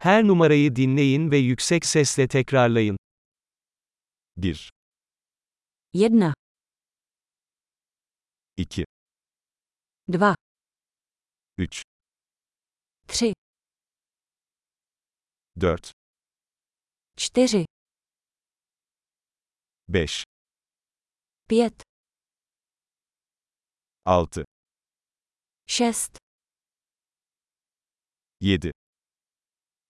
Her numarayı dinleyin ve yüksek sesle tekrarlayın. 1, Jedna, 2, dva, 3, tři, 4, čtyři, 5, pět, 6, šest, 7,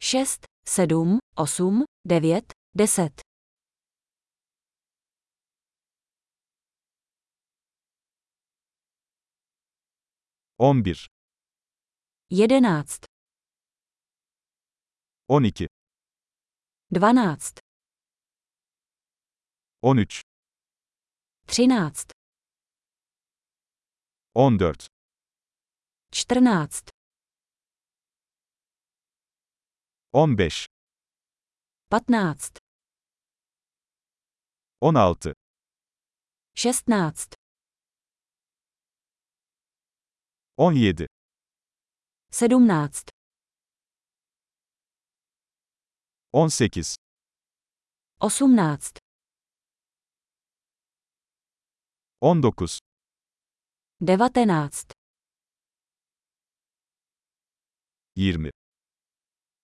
šest, sedm, osm, devět, deset. 11, Jedenáct, 12, dvanáct, 13, třináct, 14, čtrnáct, 15, patnáct, 16, šestnáct, 17, sedmnáct, 18, osmnáct, 19, devatenáct, 20,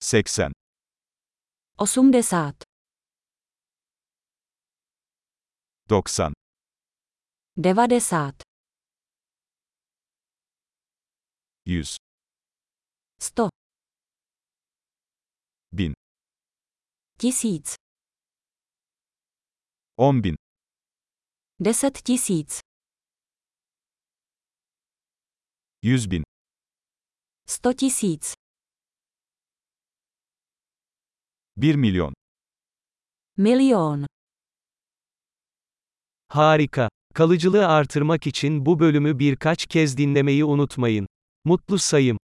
80, osmdesát, 90, devadesát, 100, sto, 1000, tisíc, 10.000, deset tisíc, 100.000, sto tisíc, 1 milyon. milion. Harika. Kalıcılığı artırmak için bu bölümü birkaç kez dinlemeyi unutmayın. Mutlu sayım.